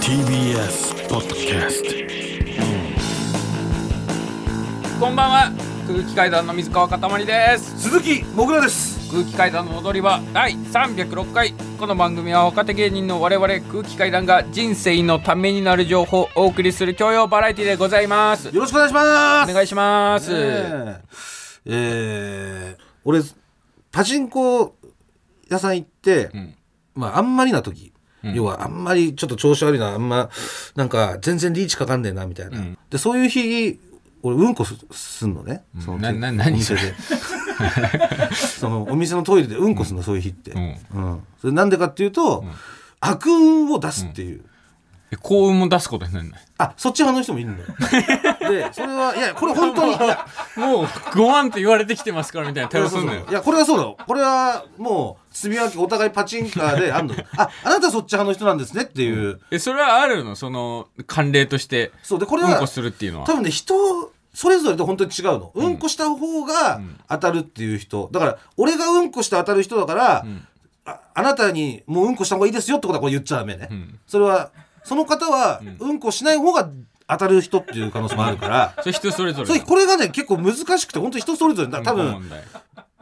TBS ポッドキャストこんばんは空気階段の水川かたまりです鈴木もぐらです空気階段の踊り場第306回この番組は若手芸人の我々空気階段が人生のためになる情報をお送りする教養バラエティでございますよろしくお願いしますお願いします、ねええー俺パチンコ屋さん行って、まああんまりな時、要はあんまりちょっと調子悪いなあんまなんか全然リーチかかんねえなみたいな、でそういう日俺うんこすすんのね、そのなな何それお店 でそのお店のトイレでうんこすんの、そういう日って、うんそれなんでかっていうと、悪運を出すっていう、え幸運も出すことになるないあそっち派の人もいるんだよでそれはいやこれ本当にいやもうご飯って言われてきてますからみたいな対応すんのよいやこれはそうだよこれはもうすみ分けお互いパチンカー であんのああなたそっち派の人なんですねっていう、えそれはあるのその慣例としてそうでこうれは、んこするっていうのは多分ね人それぞれで本当に違うのうんこした方が当たるっていう人だから俺がうんこして当たる人だから、ああなたにもううんこした方がいいですよってことはこれ言っちゃダメね、それはその方はうんこしない方が当たる人っていう可能性もあるから、それ人それぞれそれのこれがね結構難しくて本当人それぞれだ多分、問題例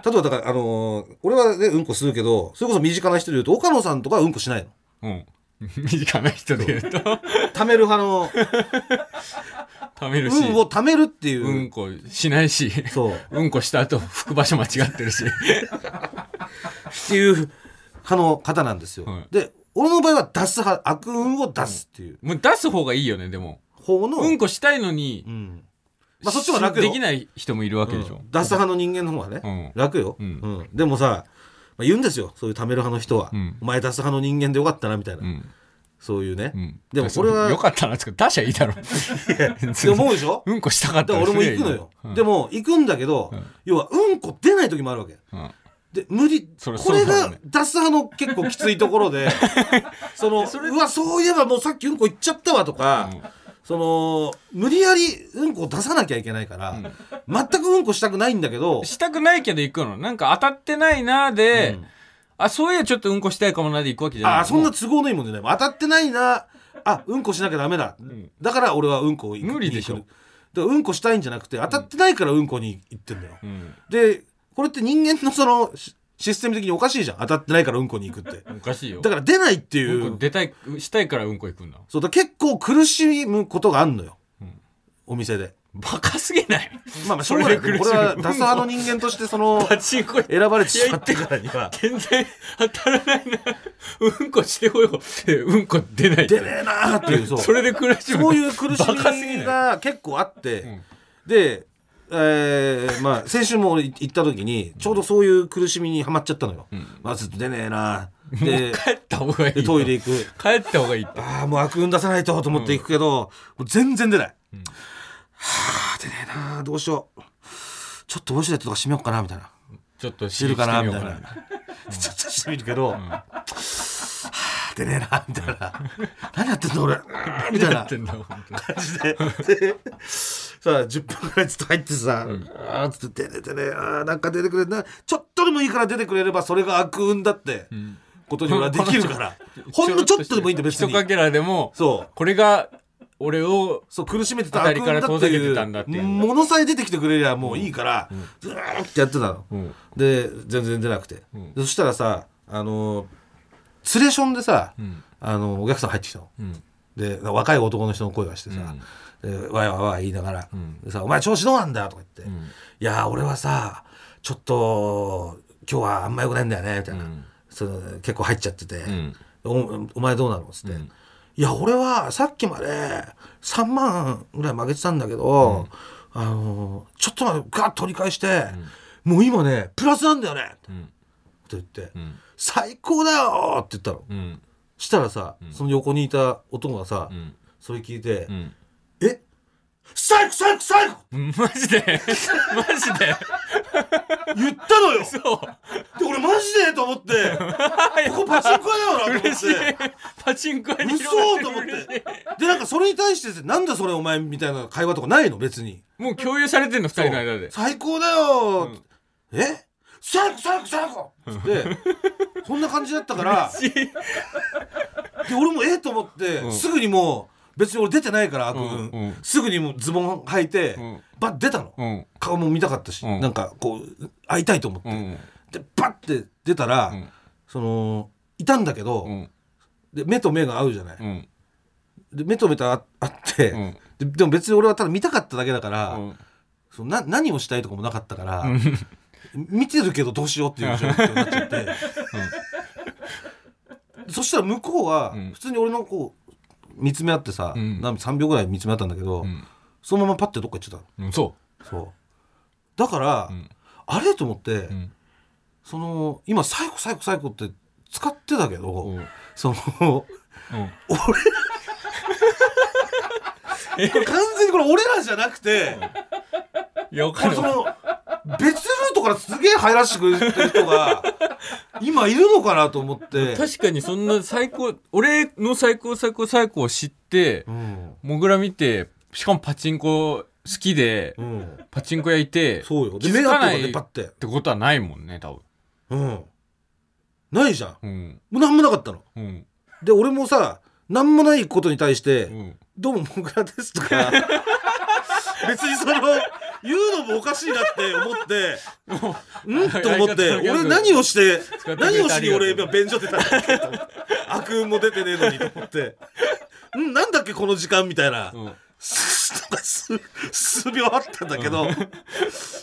えばだから、あのー俺はね、うんこするけど、それこそ身近な人で言うと、岡野さんとかはうんこしないの。うん短な人で言うと貯める派の、貯めるし運を貯めるっていう。うんこしな いしそう。っうんこした後拭く場所間違ってる していう派の方なんですよ。はいで、俺の場合は出す派、悪運を出すっていうもう出す方がいいよねでも方の、うんこしたいのに、うんまあそっちも楽よ。できない人もいるわけでしょ、うん出す派の人間の方がね、う楽よ、うんんでもさ、まあ、言うんですよ、そういう貯める派の人は。んお前出す派の人間でよかったな、みたいな。んそういうね。うんでもそれはよ、かったなつか出しゃいいだろっ て思うでしょうんこしたかっただから俺らもすりゃい行いくのよ、でも行くんだけど、要はうんこ出ない時もあるわけうんで無理それこれそうだろうがね出す派の結構きついところ でそのうわそういえばもうさっきうんこ行っちゃったわとか、その無理やりうんこを出さなきゃいけないから、全くうんこしたくないんだけどしたくないけど行くのなんか当たってないなで、あそういやちょっとうんこしたいかもなで行くわけじゃないあそんな都合のいいもんじゃない当たってないなあうんこしなきゃダメだ、だから俺はうんこを行く無理でしょに行くだからうんこしたいんじゃなくて当たってないからうんこに行ってんだよ、んでこれって人間のそのシシステム的におかしいじゃん当たってないからうんこに行くっておかしいよだから出ないっていう、うんこ出たいしたいからうんこ行くんだそうだから結構苦しむことがあんのよ、お店 でバカすぎないまあまあしょうがない それで苦こしれむはダサ派の人間としてそ のパチンコ行って選ばれてしまってからには全然当たらないなうんこしてこようえうんこ出ない出ねえなーっていうそうそれで苦しむそういう苦しバカすぎなみいが結構あって、で、えーまあ、先週も俺行った時にちょうどそういう苦しみにはまっちゃったのよ、まあずっと出ねえなで帰った方がいいでよトイレ行く帰った方がいいってああもう悪運出さないとと思って行くけど、もう全然出ない、はあ出ねえなどうしようちょっとウォシュレットとか閉めようかなみたいなちょっと知してるかなみたいな、してみよ ちょっとしてみるけど、はあ出ねえなみたいな何やってんだ俺みたいうかな やな ってんだ本当に感じででさあ10分ぐらいずっと入ってさ、あーつって出てねあーなんか出てくれるなちょっとでもいいから出てくれればそれが悪運だってことに俺はできる から、ほんのちょっとでもいいんだ別ひとかにけらでもそうこれが俺をそう苦しめてた悪運だ当ったてりから遠ざけいてたんだっていううものさえ出てきてくれりゃもういいから、ずーってやってたの、んで全然出なくて、でそしたらさあのーツレションでさ、あのーお客さん入ってきたの、で若い男の人の声がしてさ、でわいわいわい言いながら「でさお前調子どうなんだ?」とか言って「いやー俺はさちょっと今日はあんまよくないんだよね」みたいな、その結構入っちゃってて。おお前どうなの?」っつって、いや俺はさっきまで3万ぐらい負けてたんだけど、あのちょっとまでガッと取り返して、もう今ねプラスなんだよね」って言って「最高だよ!」って言ったの、うんしたらさ、その横にいた男がさ、んそれ聞いて「んえ最高最高最高!」うんマ ジでマジで言ったのよそで俺マジでと思 ってここパチンコ屋だよなうと思嬉しっいて。パチンコ屋に嘘広とが思っっててるでなんかそれに対してなんだそれお前みたいな会話とかないの別にもう共有されてんの二人の間で最高だよ、え最後最後最後っつってそんな感じだったからで俺もええと思って、すぐにもう別に俺出てないから悪運、うんうんすぐにもうズボン履いて、んバッ出たの、うん顔も見たかったし、うんなんかこう会いたいと思って、うんでバッて出たら、んそのいたんだけど、うんで目と目が合うじゃない、うんで目と目とああって、うんででも別に俺はただ見たかっただけだから、うんそのな何をしたいとかもなかったから、見てるけどどうしようっていう状況になっちゃ って、そしたら向こうはうん普通に俺のこう見つめ合ってさ、うんなん3秒ぐらい見つめ合ったんだけど、んそのままパッてどっか行っちゃっうんそたのそうだから、んあれと思って、んその今「最後最後最後」って使ってたけど、うんその。ううんこれ完全にこれ俺らじゃなくて、いやわかこれるそわの、別ルートからすげえ入らせてくれてる人が、今いるのかなと思って。確かにそんな最高俺の最高最高最高を知ってうん。もぐら見てしかもパチンコ好きでうん。パチンコ屋いてそうよ。気で、目がづか合っなてるいね、っパッて。てことはないもんね多分うん。ないじゃん。もうんうなんもなかったの。うんで、俺もさ、なんもないことに対して、うんどうも、もぐらですと か、別にその、言うのもおかしいなって思 って、うんと思って、相方のギャグ俺何をして使って、くれて何をしに俺ありが今便所出たんだっけと思って悪運も出てねえのにと思って、うん、なんだっけこの時間みたいな、うんすとか数数秒あったんだけど、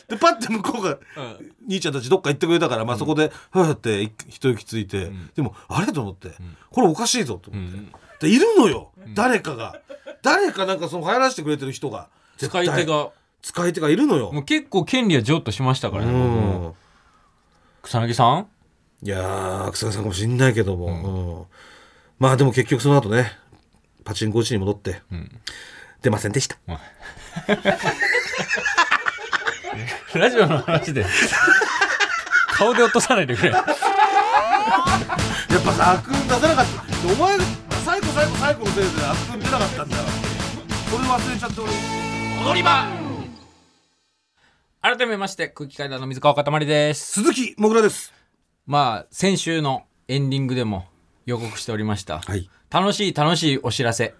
で、パッて向こうが、うん兄ちゃんたちどっか行ってくれたから、まあそこで、ふわって一一息ついて、んでも、あれと思って、これおかしいぞとう思って。んでいるのよ、誰かが誰かなんかその入らせてくれてる人が使い手絶対が使い手がいるのもよう結構権利は譲渡しましたからねう僕もん草薙さん いやー草刈さんかもしんないけども、うんまあでも結局その後ねパチンコ打ちに戻って、出ませんでしたラジオの話で顔で落とさないでくれやっぱさ悪運出さなかったでお前最後最後最後のせいで悪運出なかったんだよそれ忘れちゃって俺踊り場改めまして空気階段の水川かたまりです鈴木もぐらですまあ先週のエンディングでも予告しておりました、はい楽しい楽しいお知らせ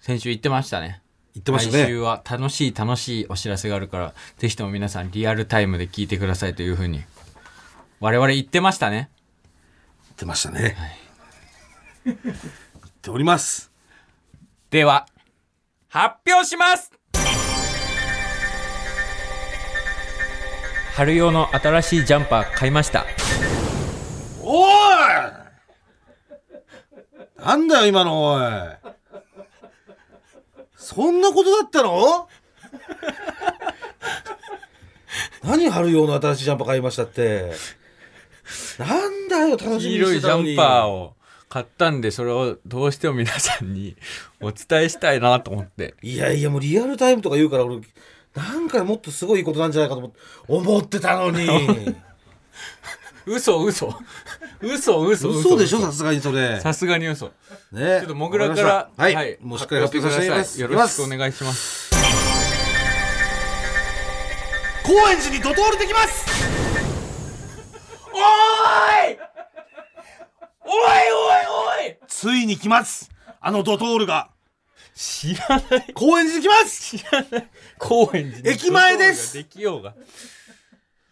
先週言ってましたね言ってました来週ねは楽しい楽しいお知らせがあるからぜひとも皆さんリアルタイムで聞いてくださいというふうに我々言ってましたね言ってましたね、言っておりますでは発表します春用の新しいジャンパー買いましたおいなんだよ今のおいそんなことだったの何春用の新しいジャンパー買いましたってなんだよ楽し黄みに色しいてジたのャにンパーを買ったんでそれをどうしても皆さんにお伝えしたいなと思っていやいやもうリアルタイムとか言うから俺なんかもっとすごいことなんじゃないかと思って思ってた のに嘘嘘 嘘嘘嘘でしょさすがにそれさすがに嘘ねちょっともぐらからはい、もうしっかり発表させていただきますよろしくお願いします高円寺にドトールできますおーいおいおいおいついに来ますあのドトールが知らない高円寺に来ます知らない高円寺に駅前ですできようが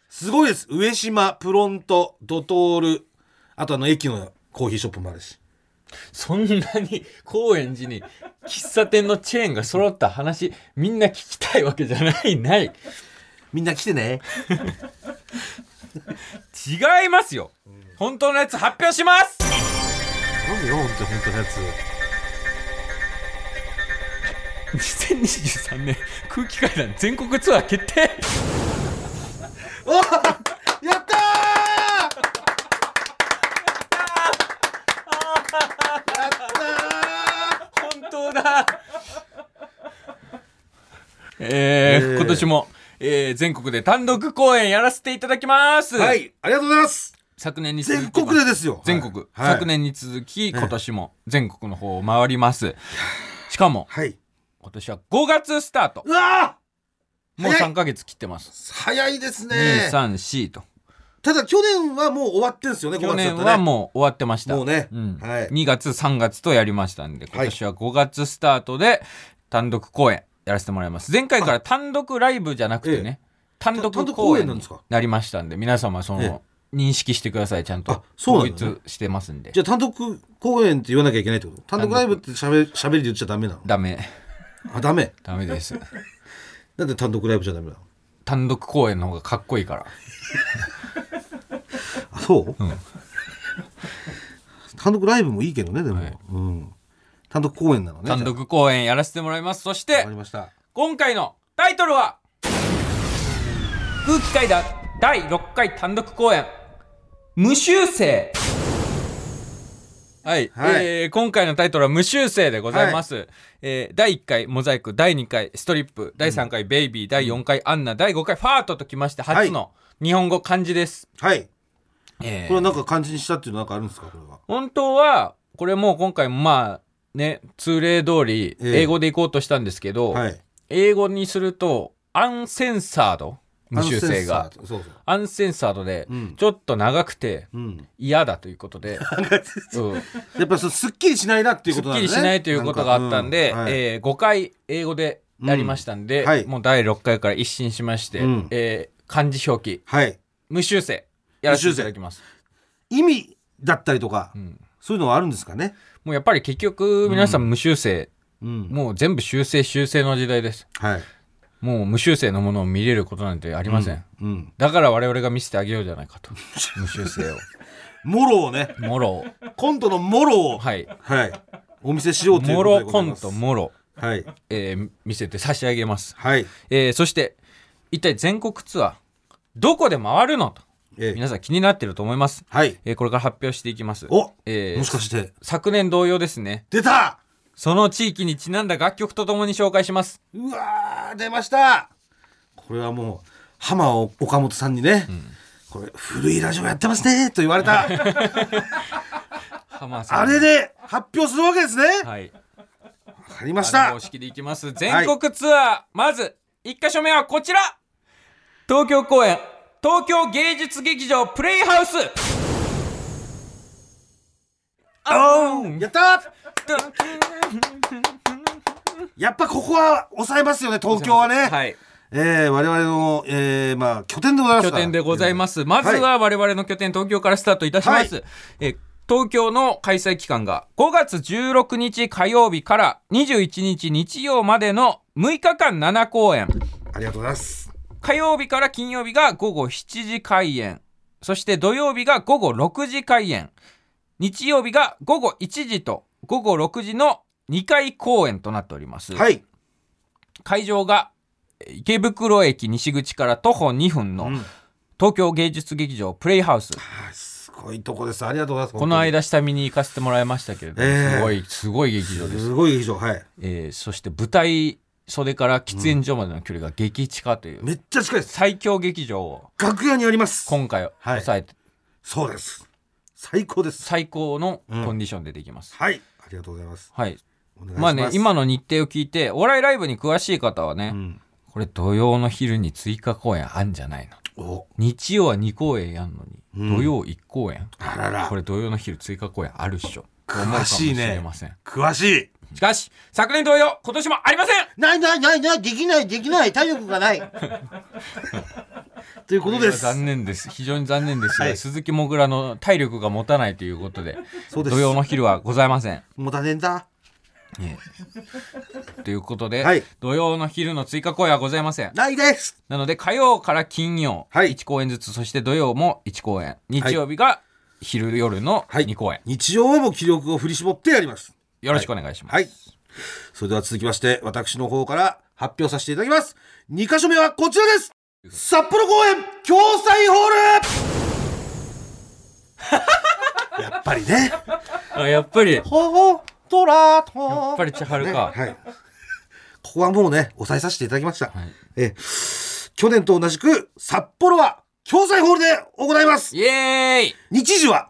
すごいです上島プロントドトールあとあの駅のコーヒーショップもあるしそんなに高円寺に喫茶店のチェーンが揃った話みんな聞きたいわけじゃないないみんな来てね違いますよ、本当のやつ発表します頼むよ本当に本当のやつ2023年空気階段全国ツアー決定おやったーやったー本当だええーー今年も、えー全国で単独公演やらせていただきます、はいありがとうございます昨年に続き全国でですよ全国、はい、昨年に続き今年も全国の方を回ります、しかもはい今年は5月スタートうわもう早い3ヶ月切ってますー早いですね234とただ去年はもう終わってんすよね、去5月だ年ったはね。もう終わってました。もうねんはい2月、3月とやりましたんで、今年は5月スタートで単独公演やらせてもらいます。前回から単独ライブじゃなくてね、単独単独公公演演なんにですかなりましたんで、皆様そえの、認識してください、ちゃんとあ。そうなんだ統一してますんでじ。ゃあ単独公演って言わなきゃいけないってこと単独ライブってしゃべりで言っちゃダメなのダメ。あ、ダメ。ダメ です。なんで単独ライブじゃダメなの単独公演の方がかっこいいから。あ、そう、 単独ライブもいいけどね、でも。いうん。単独公演なのね。単じゃ独公演やらせてもらいます。そしあ。わてかり、ました。今回のタイトルは空気階段第6回単独公演無修正はい、はいえー今回のタイトルは「無修正」でございます、えー第1回「モザイク」第2回「ストリップ」第3回「ベイビー」第4回「アンナ」第5回「ファート」ときまして初の日本語漢字です、はい。えーこれはなんか漢字にしたっていうのなんかあるんですかこれは。本当はこれもう今回まあね通例通りええ英語でいこうとしたんですけど、はい。英語にするとアンセンサード無修正アンセンがサーそうそう。アンセンサードでうんちょっと長くてうん。嫌だというこ とで、うんやっぱそうすっきりしないなっていうすこっとなんきだね。りしないということがあったんでなかうはいえー5回英語でやりましたんで、うんはいもう第6回から一新しまして、うんえー漢字表記はい。無修正やらせていただきます、意味だったりとか、うんそういうのはあるんですかね。もうやっぱり結局皆さん無修正、うん。もう全部修正修正の時代ですはい。もう無修正のものを見れることなんてありません、うん。だから我々が見せてあげようじゃないかと無修正をモロをね、モロコントのモロを、はいはい。お見せしようというモことでロごコざいンますトモロ、はい。えー見せて差し上げます、はい。えーそして一体全国ツアーどこで回るのとええ皆さん気になってると思います、はい。えーこれから発表していきますお、えーもしかして、昨年同様ですね出たその地域にちなんだ楽曲とともに紹介しますうわー、出ましたこれはもう、浜尾岡本さんにね、これ、古いラジオやってますねと言われ た、浜田さんあれで発表するわけですね。わはいかりましあのた方。式でいきます全国ツアー、まず1か所目はこちら東京公演東京芸術劇場プレイハウスあーやったやっぱここは抑えますよね、東京はね。はいえー、我々の、えー、まあ、拠点でございます拠から点でございますまずは我々の拠点東京からスタートいたします、はえー東京の開催期間が5月16日火曜日から21日日曜までの6日間7公演ありがとうございます。火曜日から金曜日が午後7時開演そして土曜日が午後6時開演日曜日が午後1時と午後6時の2回公演となっております、はい。会場がえー池袋駅西口から徒歩2分のん東京芸術劇場プレイハウス、あすごいとこです。ありがとうございます。この間下見に行かせてもらいましたけれども、えーすごいすごい劇場本当でに。す、すごい以上、はい。えーそして舞台袖から喫煙所までの距離が激近という、めっちゃ近いです。最強劇場を楽屋にあります。今回はい抑えてそうです。最高です。最高のコンディションでできます。はい。ありがとうございます。はい。お願いしままあす。ね、今の日程を聞いて、お笑いライブに詳しい方はね、んこれ土曜の昼に追加公演あんじゃないの。お、日曜は2公演やんのに、土曜1公演。あららこ。れ土曜の昼追加公演あるっしょ。詳しいね思うかもしれません詳しい。しかし、昨年同様、今年もありませんないないないない、できないできない、体力がない。 ということです。残念です。非常に残念ですが、はい鈴木もぐらの体力が持たないということで、そうです土曜の昼はございません。もたねんだ。ということで、はい土曜の昼の追加公演はございません。ないです。なので火曜から金曜、はい1公演ずつそして土曜も1公演日曜日が昼夜のはい2公演、日曜はもう気力を振り絞ってやります。よろしくお願いします、はい。それでは続きまして、私の方から発表させていただきます。2箇所目はこちらです札幌公園共済ホール やっぱりね。あやっぱりやっほほ、とらと。やぱり千春か、はい。ここはもうね、抑えさせていただきました。はいえ去年と同じく、札幌は共済ホールで行いますイエーイ日時は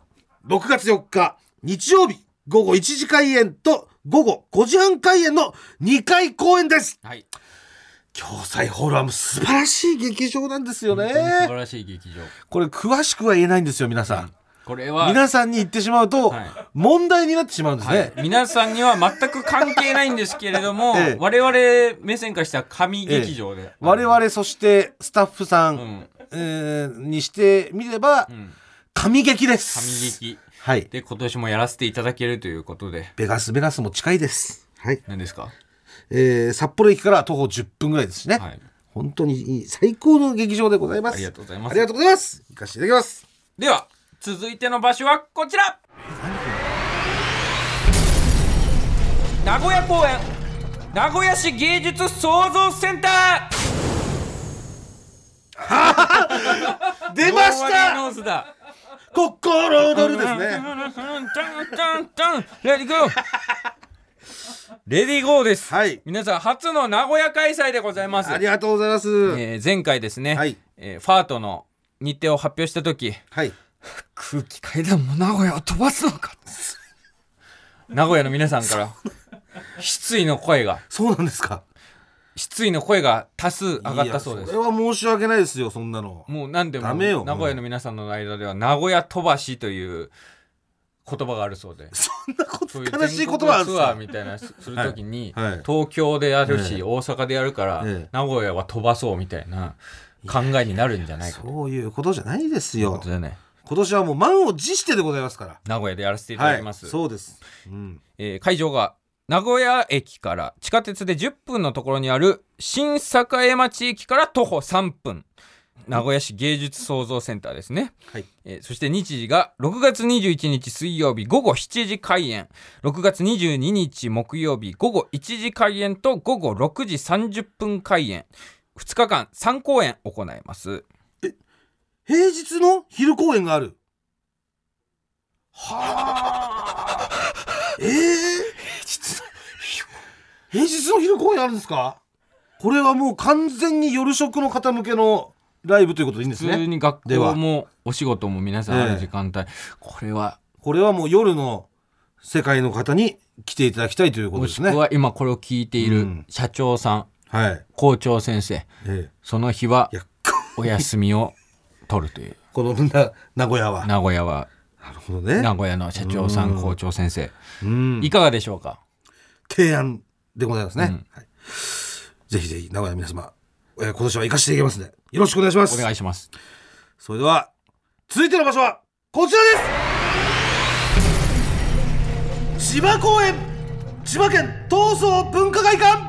6月4日日曜日午後1時開演と午後5時半開演の2回公演ですはい共済ホールはもう素晴らしい劇場なんですよ本当に素晴ねらしい劇場これ詳しくは言えないんですよ皆さん、これは皆さんに言ってしまうとはい問題になってしまうんですね、皆さんには全く関係ないんですけれども、ええ我々目線からしたら神劇場で、我々そしてスタッフさん、うんえーにしてみればうん神劇です神劇はいで今年もやらせていただけるということでベガスベガスも近いですはい、何ですか、えー札幌駅から徒歩10分ぐらいですしね、はい、本当にいい最高の劇場でございますありがとうございますありがとうございます行かせていただきますでは続いての場所はこちら名古屋公園名古屋市芸術創造センター出まし大たアナウンスだ心躍るですねレディー ゴーレディーゴーです、はい皆さん初の名古屋開催でございますありがとうございます、えー前回ですね、はいえーファートの日程を発表した時はい空気階段も名古屋を飛ばすの か名古屋の皆さんから失意の声がそうなんですか失意の声が多数上がったそうでいやすそれは申し訳ないですよそんなのもう何でもダメよ名古屋の皆さんの間では名古屋飛ばしという言葉があるそうでそんなことそういう悲しい全こ国とはあるんですツアーかみたいなすするときに、はいはい東京でやるし、ええ大阪でやるから、ええ名古屋は飛ばそうみたいな考えになるんじゃないかというそういうことじゃないですよことでね今年はもう満を持してでございますから名古屋でやらせていただはきいます、そうです、うん、えー会場が名古屋駅から地下鉄で10分のところにある新栄町駅から徒歩3分名古屋市芸術創造センターですね、はいえーそして日時が6月21日水曜日午後7時開演6月22日木曜日午後1時開演と午後6時30分開演2日間3公演行います平日の昼公演があるはあえー、平日の昼公演あるんですかこれはもう完全に夜食の方向けのライブということでいいんです普通ねに学で校はもお仕事も皆さんある時間帯、これはこれはもう夜の世界の方に来ていただきたいということもでしすくねはは今これを聞いていうるん社長さん、い、校長先生えその日はえ、いやお休みを取る というこのな名古屋はな名古屋はるほどね名古屋の社長さん校長先生うんいかがでしょうか提案でございますね、うんはい、ぜひぜひ名古屋の皆様、えー今年は生かしていきますのでよろしくお願いしますお願いしますそれでは続いての場所はこちらです千葉公園千葉県東総文化会館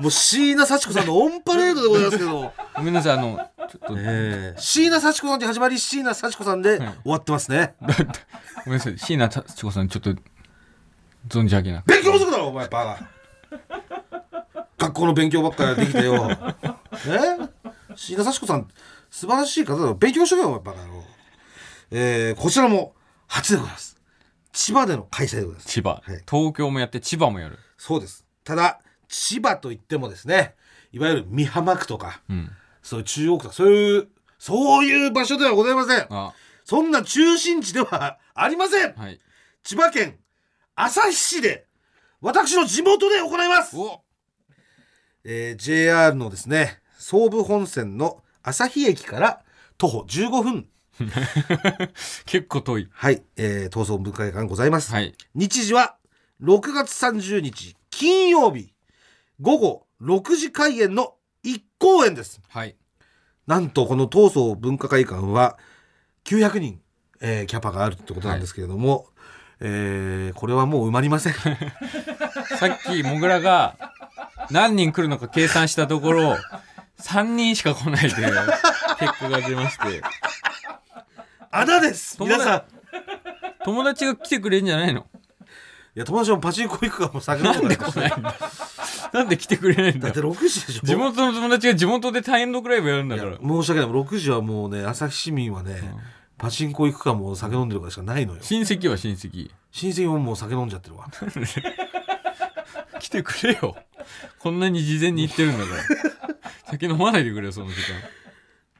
もう椎名幸子さんのオンパレードでございますけど、ごめんなさいあのちょっと、 えー、椎名幸子さんで始まり椎名幸子さんで終わってますね、ごめんなさい椎名達子さんちょっと存じ上げなく勉強不足だろお前バカ学校の勉強ばっかりできてよえ椎名幸子さん素晴らしい方だろ勉強しとけよお前バカ野郎えー、こちらも初でございます千葉での開催でございます千葉、い東京もやって千葉もやる、そうですただ千葉といってもですねいわゆる美浜区とかうん、そういう中央区とかそういうそういう場所ではございませんあそんな中心地では ありませんはい千葉県旭市で私の地元で行いますおえー JR のですね総武本線の旭駅から徒歩15分結構遠いはい、えー、東総文化会館ございます、はい日時は6月30日金曜日午後6時開演の1公演ですはいなんとこの東総文化会館は900人、えーキャパがあるってことなんですけれども、えーこれはもう埋まり ませんさっきもぐらが何人来るのか計算したところ3人しか来ないという結果が出まして穴です皆さん友達が来てくれんじゃないのいや友達もパチンコ行くかも先ななんで来ないんだなんで来てくれないんだだって6時でしょ地元の友達が地元で単独ライブやるんだいかやら申し訳ない6時はもうね朝日市民はね、パチンコ行くかもう酒飲んでるかしかないのよ親戚は親戚親戚ももう酒飲んじゃってる わ来てくれよこんなに事前に言ってるんだから酒飲まないでくれよその時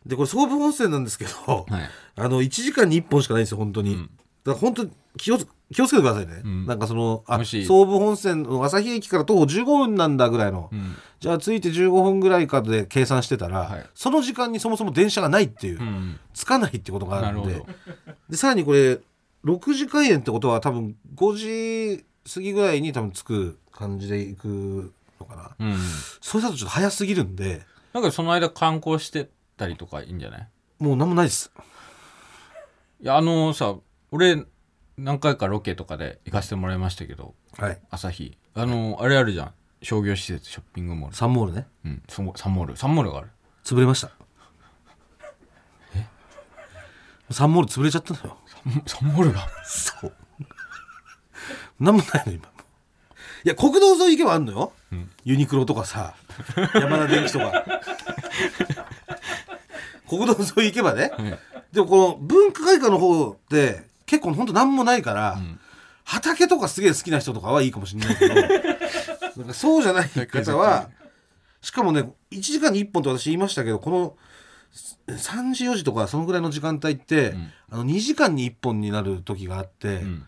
でこれ総武本線なんですけど、間はいあの1時間に1本しかないんですよ本当に、うんだから本当に気をつ気をつけてくださいね、んなんかそのあもし総武本線の旭駅から徒歩15分なんだぐらいの、んじゃあ着いて15分ぐらいかで計算してたら、はいその時間にそもそも電車がないっていう、うんつかないってことがあるんなでるほでさらにこれ6時開園ってことは多分5時過ぎぐらいに多分着く感じで行くのかな、うん、それだとちょっと早すぎるんでなんかその間観光してたりとかいいんじゃないもう何もないですいやあのさ俺何回かロケとかで行かせてもらいましたけどはい朝日あのあれあるじゃん商業施設ショッピングモール、サンモールねうん、そサンモールサンモールがある潰れましたサンモール潰れちゃったのよサンモールがそう何もないの今いや国道沿い行けばあんのよ、ユニクロとかさ山田電機とか国道沿い行けばね、んでもこの文化会館の方って結構ほんと何もないから、畑とかすげえ好きな人とかはいいかもしれない けどなんかそうじゃない方はしかもね1時間に1本って私言いましたけどこの3時4時とかそのぐらいの時間帯って、あの2時間に1本になる時があって、ん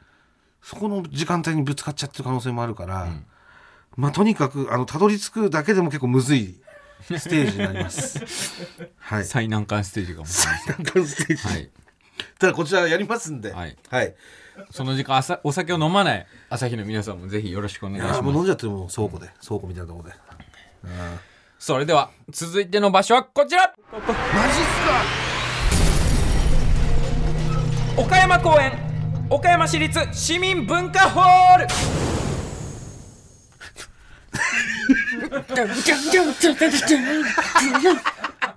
そこの時間帯にぶつかっちゃってる可能性もあるから、まあとにかくあのたどり着くだけでも結構むずいステージになり ます。はい。最難関ステージかもしれない難関ステージ。はいただこちらやりますんで。はいはい。その時間朝お酒を飲まない朝日の皆さんもぜひよろしくお願いいしまやすもう飲んじゃってるもん倉庫で倉庫みたいなところで。それでは続いての場所はこちらマジっすか。岡山公園岡山市立市民文化ホール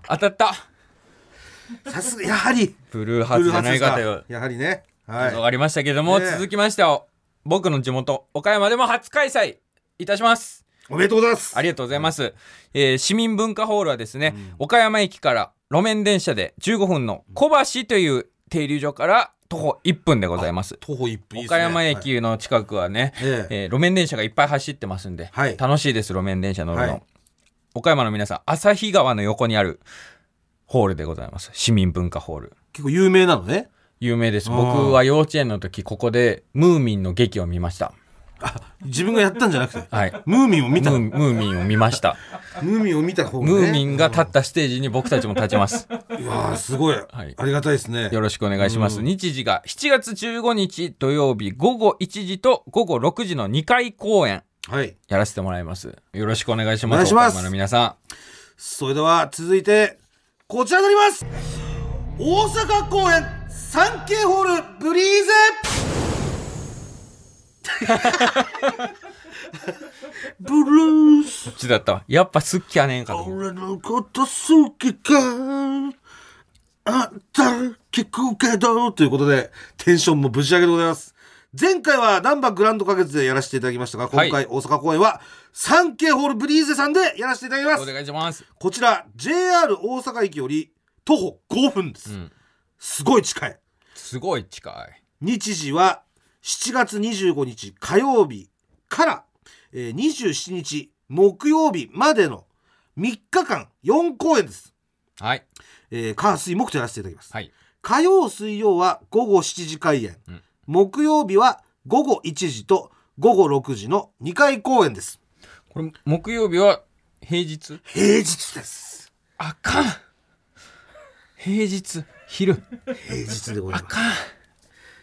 当たったさすがやはりブルーハーツじゃないかとブいルーハーうツですかやはりね。ことがはありましたけども、ねえ続きましては僕の地元岡山でも初開催いたしますい。おめでとうございます。ありがとうございます。えー市民文化ホールはですね、岡山駅から路面電車で15分の小橋という停留所から徒歩1分でございます。徒歩一分いいっす岡ね山。駅の近くはね、えええー路面電車がいっぱい走ってますんで、はい楽しいです、路面電車乗るの。はい岡山の皆さん、旭川の横にあるホールでございます。市民文化ホール。結構有名なのね。有名です。あー僕は幼稚園の時、ここでムーミンの劇を見ました。自分がやったんじゃなくて。はい。ムーミンを見ムた。ムームーミンを見 ました。ーミンを見た方ね。ムーミンが立ったステージに僕たちも立ちます。うわあすごい、いありがたいですねよろしくお願いします。うん日時が7月15日土曜日午後1時と午後6時の2回公演はいやらせてもらいます。よろしくお願いしおます。願いします岡山の皆さそれでは続いてこちらになります大阪公演サンケイホールブリーゼブルーん。スこっちだったわ。やっぱすっきゃねえかと思う。俺のこと好きかあんた聞くけどということでテンションもぶち上げでございます前回はナンバーグランド花月でやらせていただきましたが今はい回大阪公演はサンケイホールブリーゼさんでやらせていただきますお願いします。こちら JR 大阪駅より徒歩5分です、んすごい近いすごい近い。日時は7月25日火曜日から、えー27日木曜日までの3日間4公演です、はい。えー、火水木とやらせていただきます、はい。火曜水曜は午後7時開演、うん木曜日は午後1時と午後6時の2回公演ですこれ、木曜日は平日平日ですあかん。平日、昼。平日でございますかん。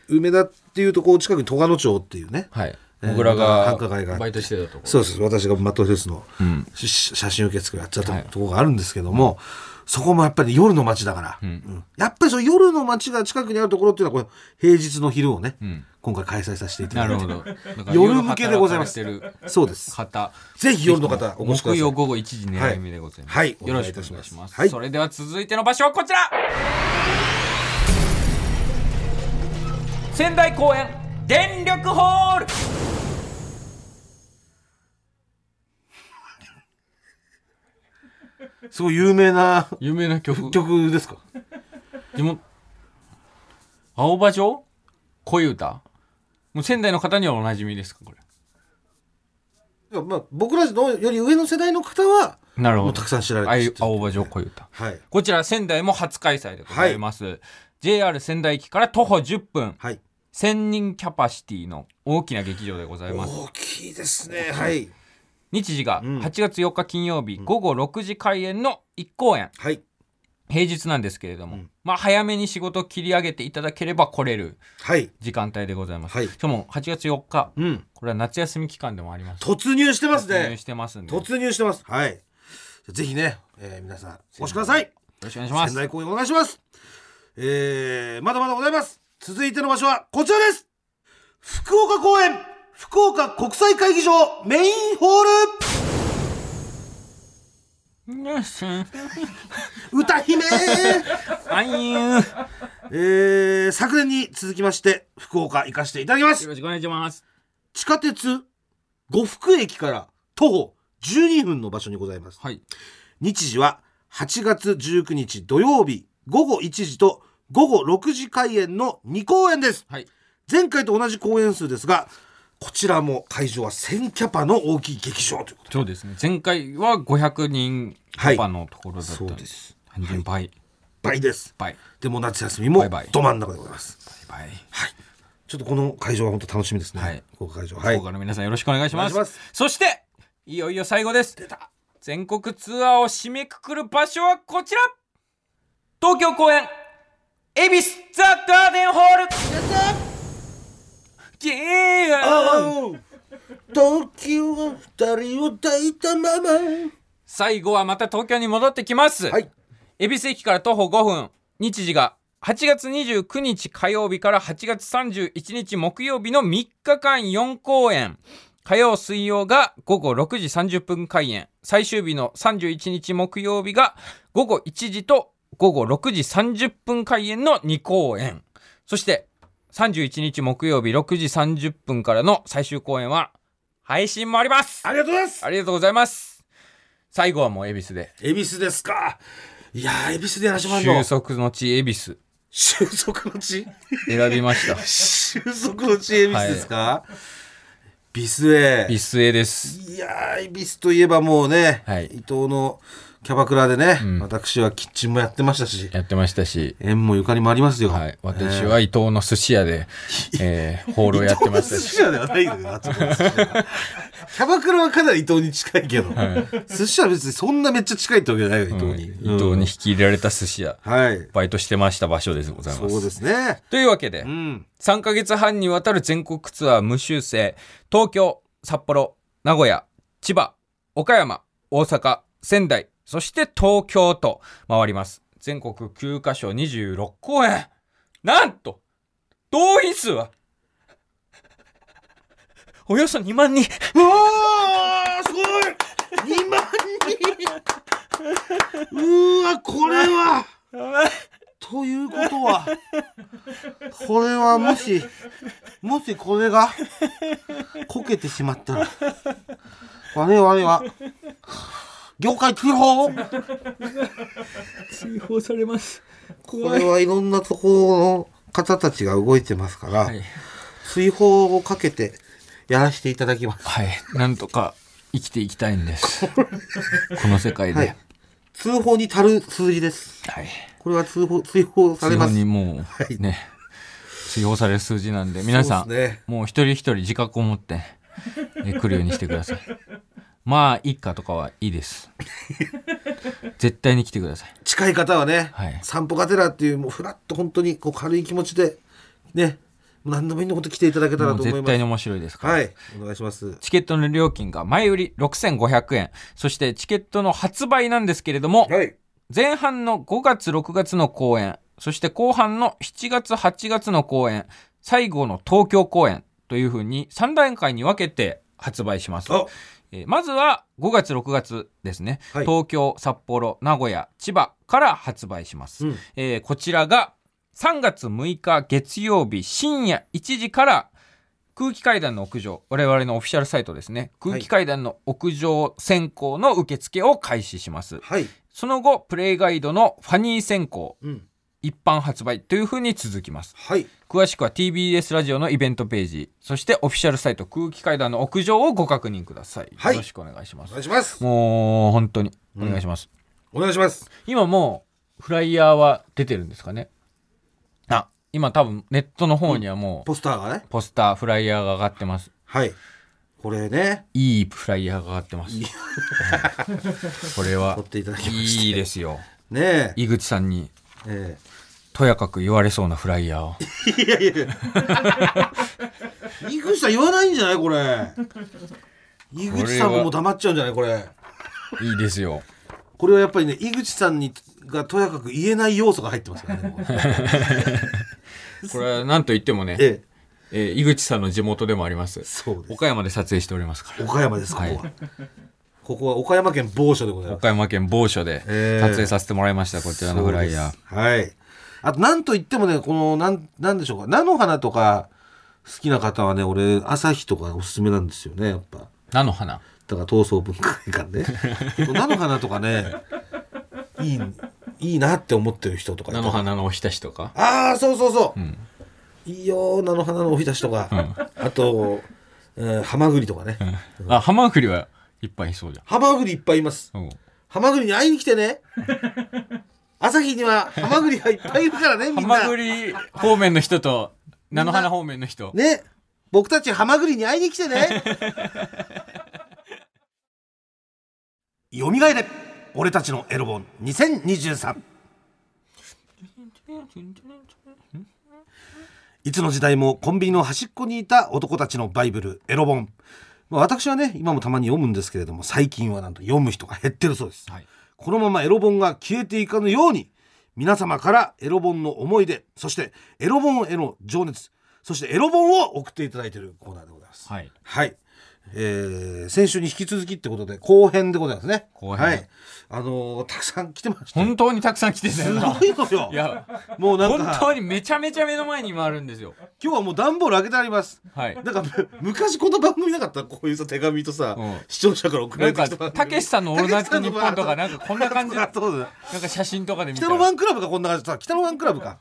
梅田っていうとこう近くに戸賀野町っていうねはい。えー僕らが繁華街があってバイトしてたとこそうです私がマットフェスのうん。しし写真受付をやっちゃったはいところがあるんですけども、そこもやっぱり夜の街だから、うんんやっぱりその夜の街が近くにあるところっていうのはこれ平日の昼をね、うん。今回開催させていただないてるほど。だから夜向けでございます働かれてるそうです方。ぜひ夜の方お越しくださ木曜い午後1時狙い目でございます。はいはいよろしくお願いしお願まいいたしますす。はいそれでは続いての場所はこちら。仙台公園電力ホール。すごい有名な有名な 曲。曲ですか地元青葉城恋歌。もう仙台の方にはおなじみですかこれ。いやまあ、僕らのより上の世代の方はなるもうたくさん知られあいてう青葉城恋歌。はいこちら仙台も初開催でございます。JR 仙台駅から徒歩10分。はい1000人キャパシティの大きな劇場でございます大きいですねはい日時がうん8月4日金曜日午後6時開演の1公演はい平日なんですけれども、うんまあ早めに仕事を切り上げていただければ来れるはい時間帯でございます、はいしかも8月4日うんこれは夏休み期間でもあります突入してます突入ねしてますんでよ突入してますはいぜひね、えー皆さんお越しくださいろしくお願いしま仙す台公演お願いしますえー、まだまだございます続いての場所はこちらです福岡公演福岡国際会議場メインホーよしル歌 姫あいーんよえー、昨年に続きまして福岡行かせていただきますろしくお願いします地下鉄呉服駅から徒歩12分の場所にございますはい日時は8月19日土曜日午後1時と午後6時開演の2公演ですはい前回と同じ公演数ですがこちらも会場は1000キャパの大きい劇場ということそうですね前回は500人キャパのところだったんそうで、ですす半人倍倍です倍でもう夏休みもバイバイど真ん中でございます倍ちょっとこの会場は本当楽しみですね、はい福岡会場はい福岡の皆さんよろしくお願いしますお願いしますそしていよいよ最後です全国ツアーを締めくくる場所はこちら東京公演恵比寿ザ・ガーデンホールギーあ東京は二人を抱いたまま最後はまた東京に戻ってきます、はい恵比寿駅から徒歩5分日時が8月29日火曜日から8月31日木曜日の3日間4公演火曜水曜が午後6時30分開演最終日の31日木曜日が午後1時と午後6時30分開演の2公演そして31日木曜日6時30分からの最終公演は配信もありますありがとうございますありがとうございます最後はもう恵比寿で恵比寿ですかいやー恵比寿でやらしてもらうの収束の地恵比寿収束の地選びま した収束の地恵比寿ですか、ビスへビスエですいやー恵比寿といえばもうね、はい伊藤のキャバクラでね、ん私はキッチンもやってましたしやってましたし、縁もゆかりもありますよ、はい、私は伊藤の寿司屋で、えー、ホールをやってました伊藤の寿し司屋ではないけどあそこの寿司 屋はキャバクラはかなり伊藤に近いけど、寿司屋は別にそんなめっちゃ近いってわけじゃないよ伊伊藤藤に、に,、伊藤に引き入れられた寿司屋うんはいバイトしてました場所ですございそまうすですねというわけで、うん3ヶ月半にわたる全国ツアー無修正東京札幌名古屋千葉岡山大阪仙台そして東京と回ります全国9カ所26公演なんと動員数は およそ2万人うわーすごい !2 万人うーわ、これはということは、これはもし、もしこれが、こけてしまったら、我々は、業界追放追放されますこれはいろんなところの方たちが動いてますから、はい、追放をかけて、やらせていただきます。はい、なんとか生きていきたいんですこの世界では。はい通報に足る数字です。はいこれは通報、追放され非ま常す。にもいうね、使用される数字なんで皆さん、そうですねもう一人一人自覚を持って、え来るようにしてくださいまあ一家とかはいいです絶対に来てください近い方はね、はい散歩がてらっていうもうフラッと本当にこう軽い気持ちでね何でもいいのこと来ていただけたらもうと思い絶ま対すに面白いですから、はいお願いしますチケットの料金が前売り6500円そしてチケットの発売なんですけれども、はい前半の5月6月の公演そして後半の7月8月の公演最後の東京公演というふうに3段階に分けて発売します、あえーまずは5月6月ですね、はい東京札幌名古屋千葉から発売します、うんえーこちらが3月6日月曜日深夜1時から空気階段の屋上我々のオフィシャルサイトですね空気階段の屋上選考の受付を開始します、はいその後、プレイガイドのファニー選考、うん一般発売というふうに続きます。はい詳しくは TBS ラジオのイベントページ、そしてオフィシャルサイト空気階段の屋上をご確認ください。はいよろしくお願いしまおす願。いしますもう、本当に、お願いします。お願いします今もう、フライヤーは出てるんですかねあ、今多分ネットの方にはもうポスターがねポスターフライヤーが上がってますはいこれねいいフライヤーが上がってますいいこれは撮っていただきましていいですよねえ井口さんにえとやかく言われそうなフライヤーをえいやいやいや井口さん言わないんじゃないこれ井口さんももう黙っちゃうんじゃないこれいいですよこれはやっぱりね井口さんにがとやかく言えない要素が入ってますからねもう これは何と言ってもね、えええー井口さんの地元でもありますそうです岡山で撮影しておりますから岡山ですここは、ここは岡山県某所でございます岡山県某所でえー撮影させてもらいました、こちらのフライヤーそうですはいあとなんといってもねこのなんなんでしょうか菜の花とか好きな方はね俺朝日とかおすすめなんですよねやっぱ菜の花だから闘争文化会館 ね菜の花とかねいいいいなって思ってる人とかいた菜らの花のおひたしとかああそうそうそう、んいいよ菜の花のおひたしとか、あと、えー、ハマグリとかね、あハマグリはいっぱいいそうじハマグリいっぱいいますゃん、うんハマグリに会いに来てね朝日にはハマグリがいっぱいいるからねみんハなマグリ方面の人と菜の花方面の人ね僕たちハマグリに会いに来てね よみがえれ俺たちのエロ本2023いつの時代もコンビニの端っこにいた男たちのバイブルエロ本まあ私はね今もたまに読むんですけれども最近はなんと読む人が減ってるそうです、はいこのままエロ本が消えていかぬように皆様からエロ本の思い出そしてエロ本への情熱そしてエロ本を送っていただいているコーナーでございますい、はいえー先週に引き続きってことで後編でございますね後編はいあのーたくさん来てました本当にたくさん来てたすよなごいのよいやもうなん本か当にめちゃめちゃ目の前に今あるんですよ今日はもう段ボール開けてありますはいなんかむ昔この番組なかったこういうさ手紙とさ、うん視聴者から送られなんてかきた番組たけしさんの「オールナイトニッポン」とか たなけしんかさこんな感じのなんかそうだ写真とかで見た北らのワンクラブかこんな感じさ北のワンクラブか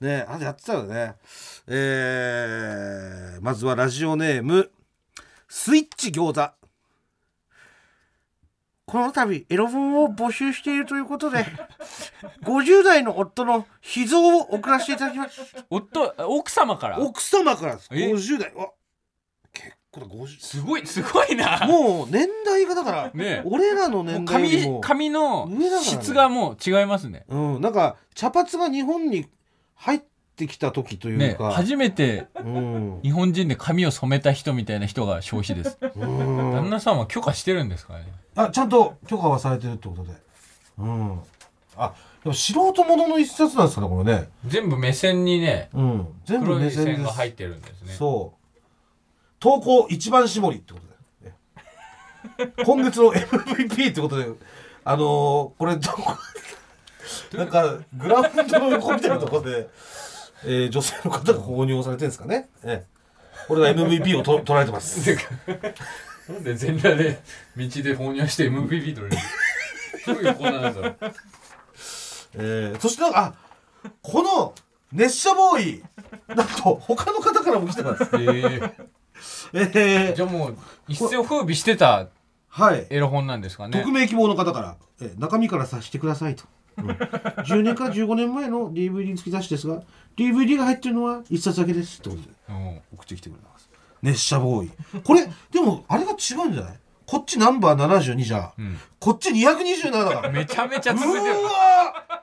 ねあれやってたよねえーまずはラジオネームスイッチ餃子この度エロ本を募集しているということで50代の夫の秘蔵を送らせていただきます夫奥様から奥様からですえ50代わ結構だ50すごいすごいなもう年代がだから、ねえ俺らの年代より髪も髪の上だからね質がもう違いますねうん、なんか茶髪が日本に入ってきた時というねか、初めてうん、日本人で髪を染めた人みたいな人が消費ですうん旦那さんは許可してるんですかねあちゃんと許可はされてるってことで、うん、あでも素人ものの一冊なんですかねこれね、全部目線にねうん、全部黒目い線です線が入ってるんですねそう投稿一番絞りってことだよね今月の MVP ってことであのーこれどこなんかグラウンドの横みたいなところで、えー女性の方が購入をされてるんですかね、ええ、これが MVP をと取られてますなんで全裸で道で放尿して MVP 取れる どういうコーナーなんだろうえー、そしてなんかあこの熱射ボーイなんと他の方からも来てます、ええーじー、ゃあもう一世を風靡してたはいエロ本なんですかね匿名希望の方から、えー中身から察してくださいと、うん、10年から15年前の DVD 付き雑誌ですが DVD が入ってるのは1冊だけですってことでうん送ってきてくれます熱射ボーイこれでもあれが違うんじゃないこっちナンバー72じゃ、ん、こっち227だからめちゃめちゃう続いてるわ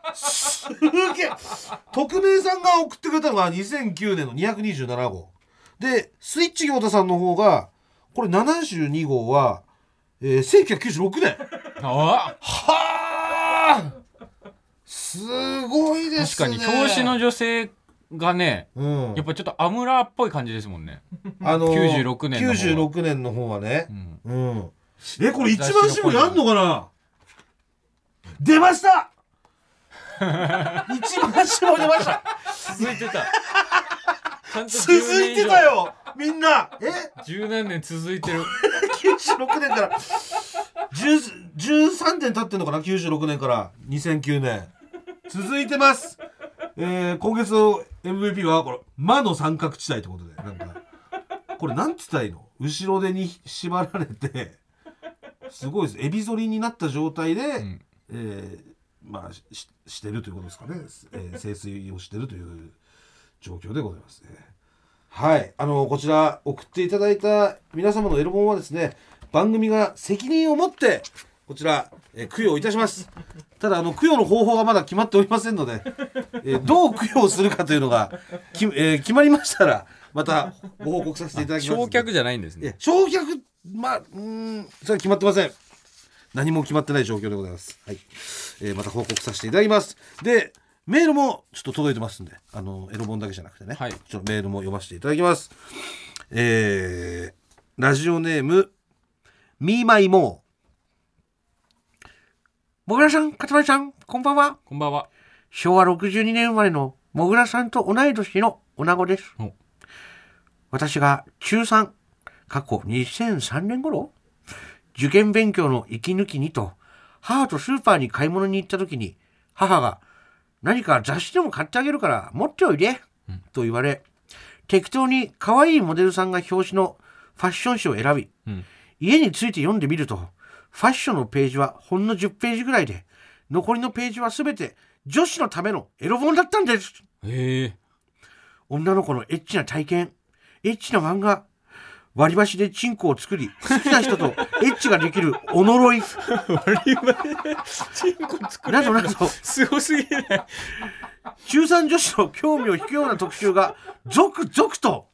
ーすげえ匿名さんが送ってくれたのが2009年の227号でスイッチ行田さんの方がこれ72号は、えー、1996年あはあすごいで確すねかに表紙の女性がねうんやっぱちょっとアムラーっぽい感じですもんねあの96年の方は96年の方はねうんうん、えこれ一番絞りあんのかな出ました 一番絞り出ました続いてたちゃんと続いてたよみんなえ十何年続いてる96年から10 13年経ってんのかな96年から2009年続いてますえー、今月の MVP はこれ魔の三角地帯ってことでなんかこれなんつったらいいの後ろ手に縛られてすごいですエビ反りになった状態で、んえーまあししてるということですかね、えー、清水をしてるという状況でございますね。はい、あのこちら送っていただいた皆様のエロ本はですね番組が責任を持ってこちら、えー供養いたしますただあの供養の方法がまだ決まっておりませんので、えーどう供養するかというのがき、えー決まりましたらまたご報告させていただきます焼却じゃないんですいやね。焼却まあうーんそれは決まってません何も決まってない状況でございますはい、えーまた報告させていただきますでメールもちょっと届いてますんであのエロ本だけじゃなくてね、はいちょっとメールも読ませていただきますえーラジオネームみーまいもうもぐらさんかたまりさんこんばんはこんばんは。昭和62年生まれのもぐらさんと同い年の女子ですお。私が中3、過去2003年頃、受験勉強の息抜きにと、母とスーパーに買い物に行った時に、母が、何か雑誌でも買ってあげるから持っておいで、と言われ、適当に可愛いモデルさんが表紙のファッション誌を選び、うん家について読んでみるとファッションのページはほんの10ページぐらいで残りのページは全て女子のためのエロ本だったんですへえ。女の子のエッチな体験エッチな漫画割り箸でチンコを作り好きな人とエッチができるお呪い割りチンコ作などなどすごすぎない。中3女子の興味を引くような特集が続々と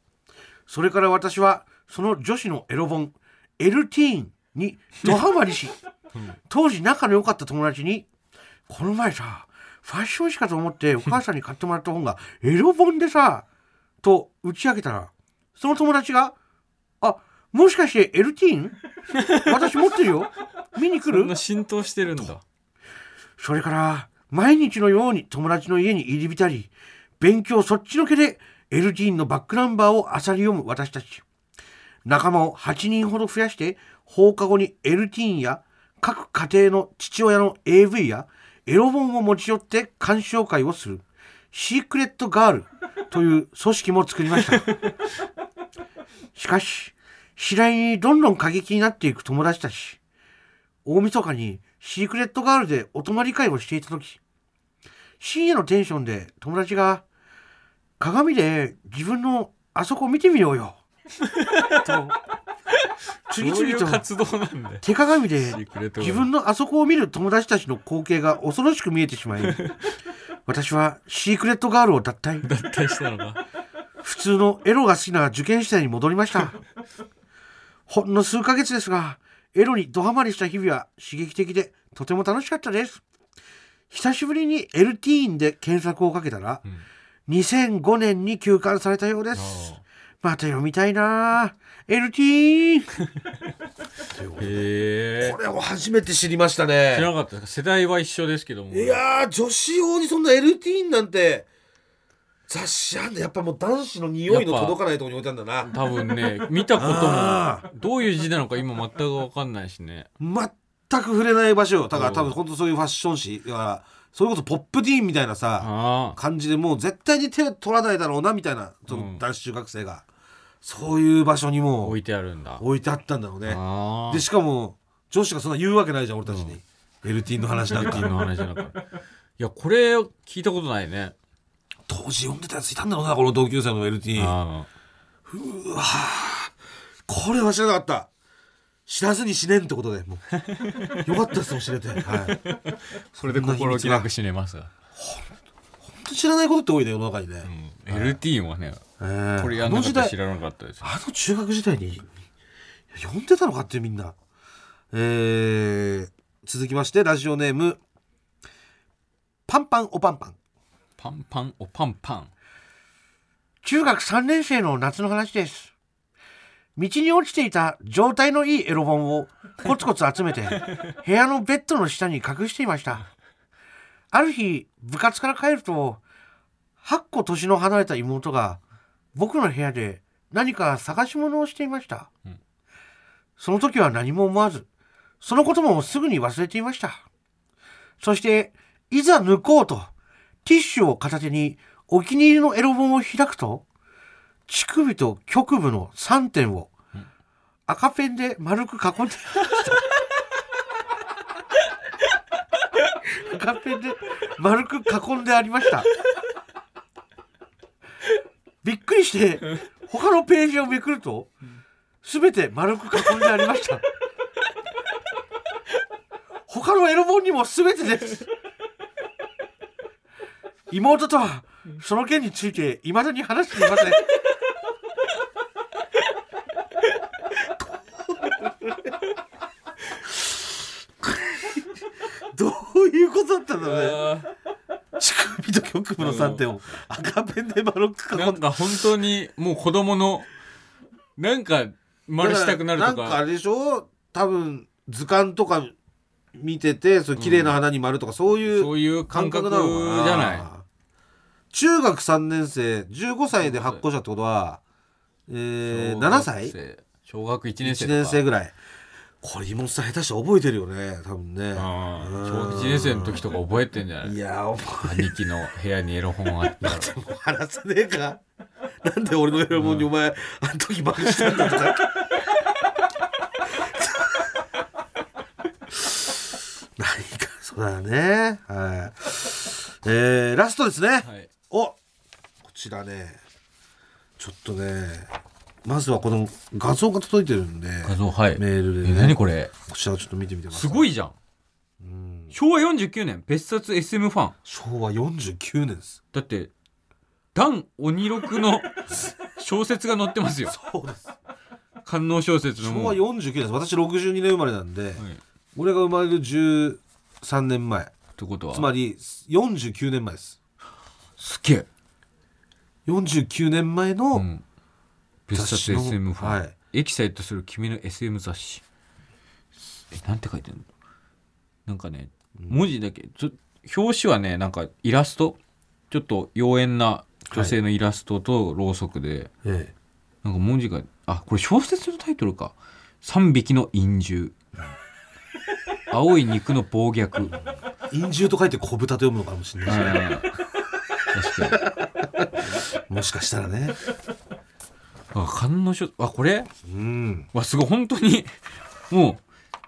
それから私はその女子のエロ本「エルティーン」にドハマりし当時仲の良かった友達に「この前さファッション誌かと思ってお母さんに買ってもらった本がエロ本でさ」と打ち明けたらその友達が「あもしかしてエルティーン私持ってるよ見に来そるんな浸透してるんだ。それから、毎日のように友達の家に入り浸り、勉強そっちのけで、エルティーンのバックナンバーを漁り読む私たち。仲間を8人ほど増やして、放課後にエルティーンや、各家庭の父親の AV や、エロ本を持ち寄って鑑賞会をする、シークレットガールという組織も作りました。しかし、次第にどんどん過激になっていく友達たち。大晦日にシークレットガールでお泊まり会をしていた時深夜のテンションで友達が「鏡で自分のあそこ見てみよう よ」と次そういう々と活動なんだよ。手鏡でシークレットガール自分のあそこを見る友達たちの光景が恐ろしく見えてしまい 私はシークレットガールを脱退脱退したのか。普通のエロが好きな受験生に戻りま したほんの数ヶ月ですがエロにドハマりした日々は刺激的でとても楽しかったです久しぶりに l t ィーンで検索をかけたら、2005年に休刊されたようですまた読みたいな l t ィ ーンへえ。れを初めて知りました知らねなかったです。世代は一緒ですけども。やー女子用にそんな l t ィーンなんて雑誌あんだやっぱもう男子の匂いの届かないところに置いたんだな多分ね、見たあことも、どういう字なのか今全くわかんないしね。全く触れない場所よだからうん多分本当そういうファッション誌だからそれこそポップティーンみたいなさああ。感じでもう絶対に手取らないだろうなみたいなその男子中学生が、そういう場所にも置いてあるんだ。置いてあったんだろうねああで。しかも女子がそんな言うわけないじゃん俺たちに、エルティンの話なんルーティンかの話だから。いや、これ聞いたことないね。当時読んでたやついたんだろうなこの同級生のエルティンあこれは知らなかった知らずに死ねんってことでもうよかったですもん知れて、はい、本あ。 それで心置きなく死ねますが。当知らないことって多いね世の中にね、うん LT はね、ええこれやんあなのかっ時た代ら知らなかったですよ。あの中学時代に読んでたのかってみんな。えー続きましてラジオネームパンパンおパンパン。パンパンおパンパン。中学3年生の夏の話です。道に落ちていた状態のいいエロ本をコツコツ集めて部屋のベッドの下に隠していました。ある日部活から帰ると8個年の離れた妹が僕の部屋で何か探し物をしていました。うんその時は何も思わずそのこともすぐに忘れていました。そしていざ抜こうとティッシュを片手にお気に入りのエロ本を開くと乳首と局部の3点を赤ペンで丸く囲んでいました。赤ペンで丸く囲んでありました。びっくりして他のページをめくると全て丸く囲んでありました他のエロ本にも全てです妹とはその件についていまだに話していませんどういうことだったんだろうねあ乳首と局部の3点を赤ペンで丸くー囲んでなんか本当にもう子供のなんか丸したくなるとだらかなんかあれでしょ多分図鑑とか見ててそう綺麗な花に丸とか、そういうそういう感感覚覚じなのかなゃない中学3年生15歳で発行者ってことは、えー、7歳小学1年生1とか年生ぐらいこれ妹さん下手して覚えてるよね多分ねあー小学1年生の時とか覚えてんじゃないいいやお前兄貴の部屋にエロ本あ ったらもう話さねえかなんで俺のエロ本にお前、あの時バカした んだとか何かそうだよねはいえー、ラストですね、はいおこちらねちょっとねまずはこの画像が届いてるんで画像はいメールでえね何これこちらをちょっと見てみてくださすいごいじゃん昭和49年別冊 SM ファン昭和49年ですだってダン鬼六の小説が載ってますよ そうです官能小説の昭も和う49年です私62年生まれなんで、俺が生まれる13年前ってことはつまり49年前ですすげえ、 49年前の、うん、別雑冊誌の SM ファン、はいエキサイトする君の SM 雑誌えなんて書いてんのなんかね文字だけちょ表紙はねなんかイラストちょっと妖艶な女性のイラストとろうそくで、ええなんか文字があこれ小説のタイトルか「三匹の陰 獣」「青い肉の暴虐」陰獣と書いて小豚と読むのかもしれないし、あ確かにもしかしたらねあ観音書あこれうんわすごい本当に も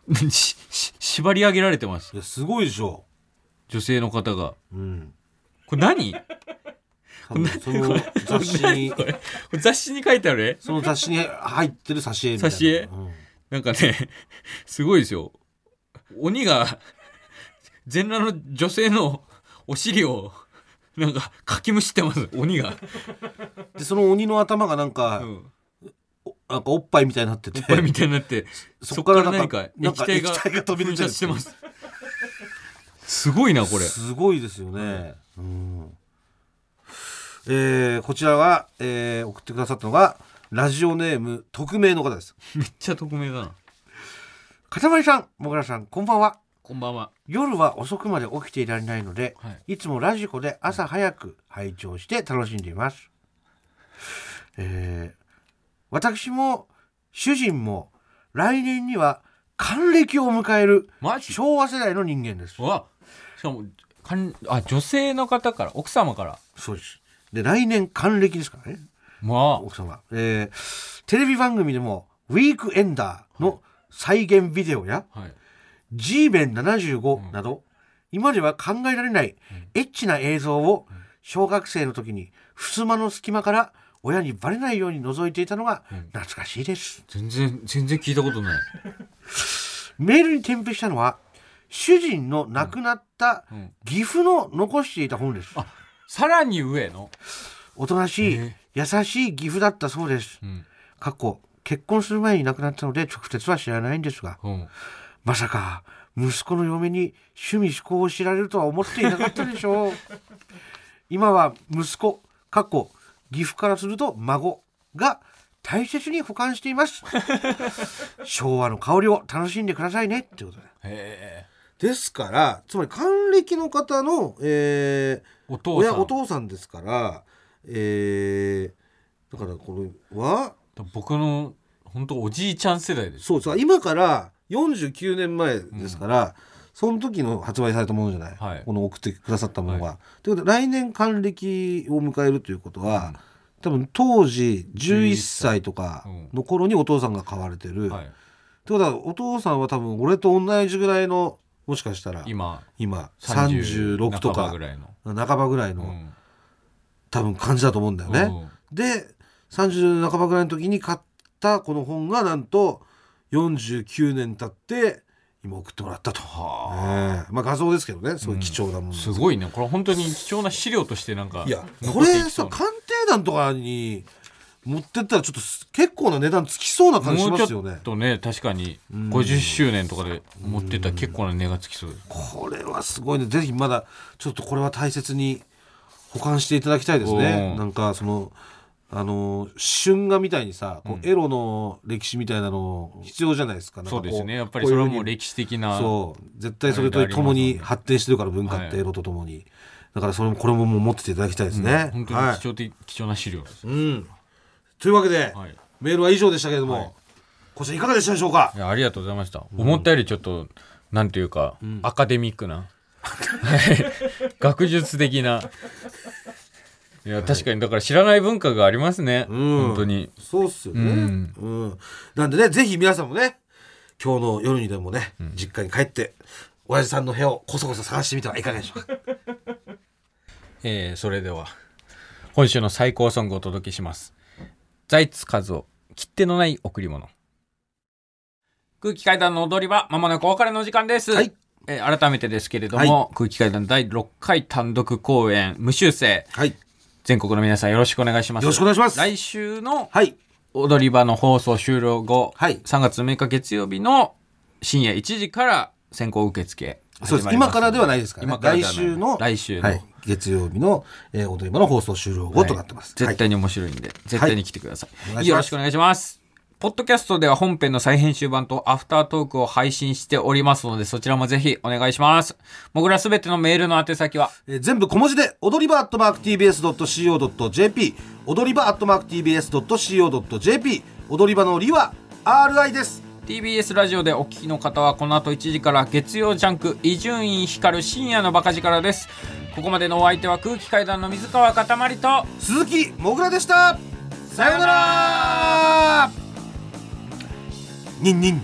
うしし縛り上げられてますいやすごいでしょ女性の方がうんこれ何こ多分その雑誌に れこれ雑誌に書いてある絵その雑誌に入ってる挿絵みたいな挿絵うんなんかねすごいですよ鬼が全裸の女性のお尻をなんかかきむしってます鬼が、でその鬼の頭がなんか、うん、なんかおっぱいみたいになっててこれみたいになってそこからなんかそっから何か液体がなんか液体が飛び出噴てる射してますすごいなこれすごいですよね。うんえーこちらは、えー送ってくださったのがラジオネーム匿名の方です。めっちゃ匿名だなかたまりさん、もぐらさん、こんばんは。こんばんは夜は遅くまで起きていられないので、、はいつもラジコで朝早く拝聴して楽しんでいます。えー私も主人も来年には還暦を迎えるマジ昭和世代の人間です。わしかもかんあ女性の方から奥様からそうです。で、来年還暦ですからね。まあ奥様、えーテレビ番組でも「ウィークエンダー」の再現ビデオやはい、 「G メン75」など、今では考えられないエッチな映像を小学生の時に襖の隙間から親にバレないように覗いていたのが懐かしいです、全然全然聞いたことないメールに添付したのは主人の亡くなった岐阜の残していた本です、さらに上のおとなしい、優しい岐阜だったそうです、過去結婚する前に亡くなったので直接は知らないんですが、んまさか息子の嫁に趣味嗜好を知られるとは思っていなかったでし ょう今は息子過去岐阜からすると孫が大切に保管しています 昭和の香りを楽しんでくださいねってことでへえですからつまり還暦の方の、えー、お父さん親お父さんですからえー、だからこれは僕の本当おじいちゃん世代ですそうそう今から49年前ですから、その時の発売されたものじゃない、はいこの送ってくださったものが。ということで来年還暦を迎えるということは、多分当時11歳とかの頃にお父さんが買われてる。はいってことはお父さんは多分俺と同じぐらいのもしかしたら今今30 36と半ばかぐらいの、半ばぐらいの、うん多分感じだと思うんだよね。で30年半ばぐらいの時に買ったこの本がなんと49年経って今送ってもらったと、ええまあ画像ですけどねすごい貴重なもの、すごいねこれ本当に貴重な資料としてなんかいやこ残ってれいきそうさな鑑定団とかに持ってったらちょっとす結構な値段つきそうな感じしもうますちよょねっとね確かに50周年とかで持ってったら結構な値がつきそうですこれはすごいねぜひまだちょっとこれは大切に保管していただきたいですねおーなんかそのあの春画みたいにさこうエロの歴史みたいなの必要じゃないですか,、なんかそこうですねやっぱりそれはもう歴史的なそう絶対それとともに発展してるから文化ってエロとともに、だからそれもこれももう持ってていただきたいですね、本当はにい貴重的貴重な資料ですうん、というわけで、はいメールは以上でしたけれども、こちらいかがでしたでしょうかいやありがとうございました思ったよりちょっとなんていうかアカデミッ クな学術的ないや確かにだから知らない文化がありますねん本当にそうっすよね、うんんなんでねぜひ皆さんもね今日の夜にでもね、実家に帰って親父さんの部屋をこそこそ探してみてはいかがでしょうかえーそれでは今週の最高ソングをお届けします財津和夫切手のない贈り物空気階段の踊り場まもなくお別れの時間です、はいえー改めてですけれども、空気階段第6回単独公演無修正はいよ全国の皆さんよろしくお願いしますろしくお願いします来週のはい踊り場の放送終了後、はい3月6日月曜日の深夜1時から先行受付そうです今からではないですからね今からで来はない週の来週のはい、月曜日の、えー、踊り場の放送終了後となってます、絶対に面白いんで、絶対に来てください、お願いしますよろしくお願いしますポッドキャストでは本編の再編集版とアフタートークを配信しておりますのでそちらもぜひお願いしますもぐらすべてのメールの宛先はえー全部小文字で踊り場アットマーク TBS.CO.JP 踊り場アットマーク TBS.CO.JP 踊り場のりは RI です TBS ラジオでお聞きの方はこの後1時から月曜ジャンク伊集院光る深夜のバカ力ですここまでのお相手は空気階段の水川かたまりと鈴木もぐらでしたさようならニンニン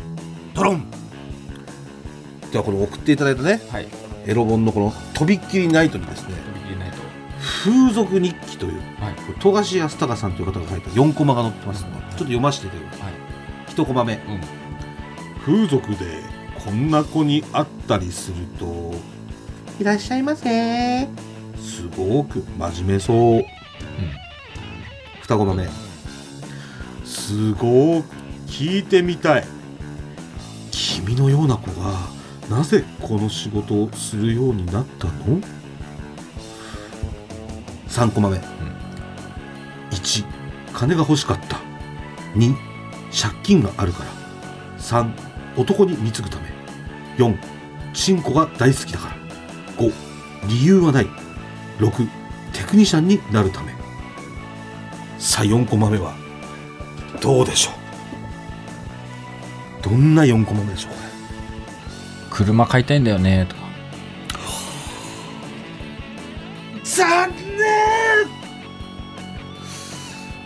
トロンではこの送っていただいたねはいエロ本のこの「とびっきりナイト」にですね飛び切れないと「風俗日記」というはいこれ富樫康隆さんという方が書いた4コマが載ってますのでちょっと読ませていただきますはい1コマ目うん風俗でこんな子に会ったりするといらっしゃいませすごく真面目そう、う2コマ目すごく聞いてみたい君のような子がなぜこの仕事をするようになったの3コマ目、1金が欲しかった2借金があるから3男に貢ぐため4チンコが大好きだから5理由はない6テクニシャンになるためさあ4コマ目はどうでしょうどんな4コマ目でしょうこ車買いたいんだよねとかれ残念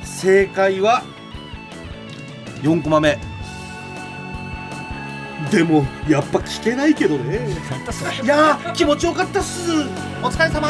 正解は4コマ目でもやっぱ聞けないけどねいやー気持ちよかったっすお疲れ様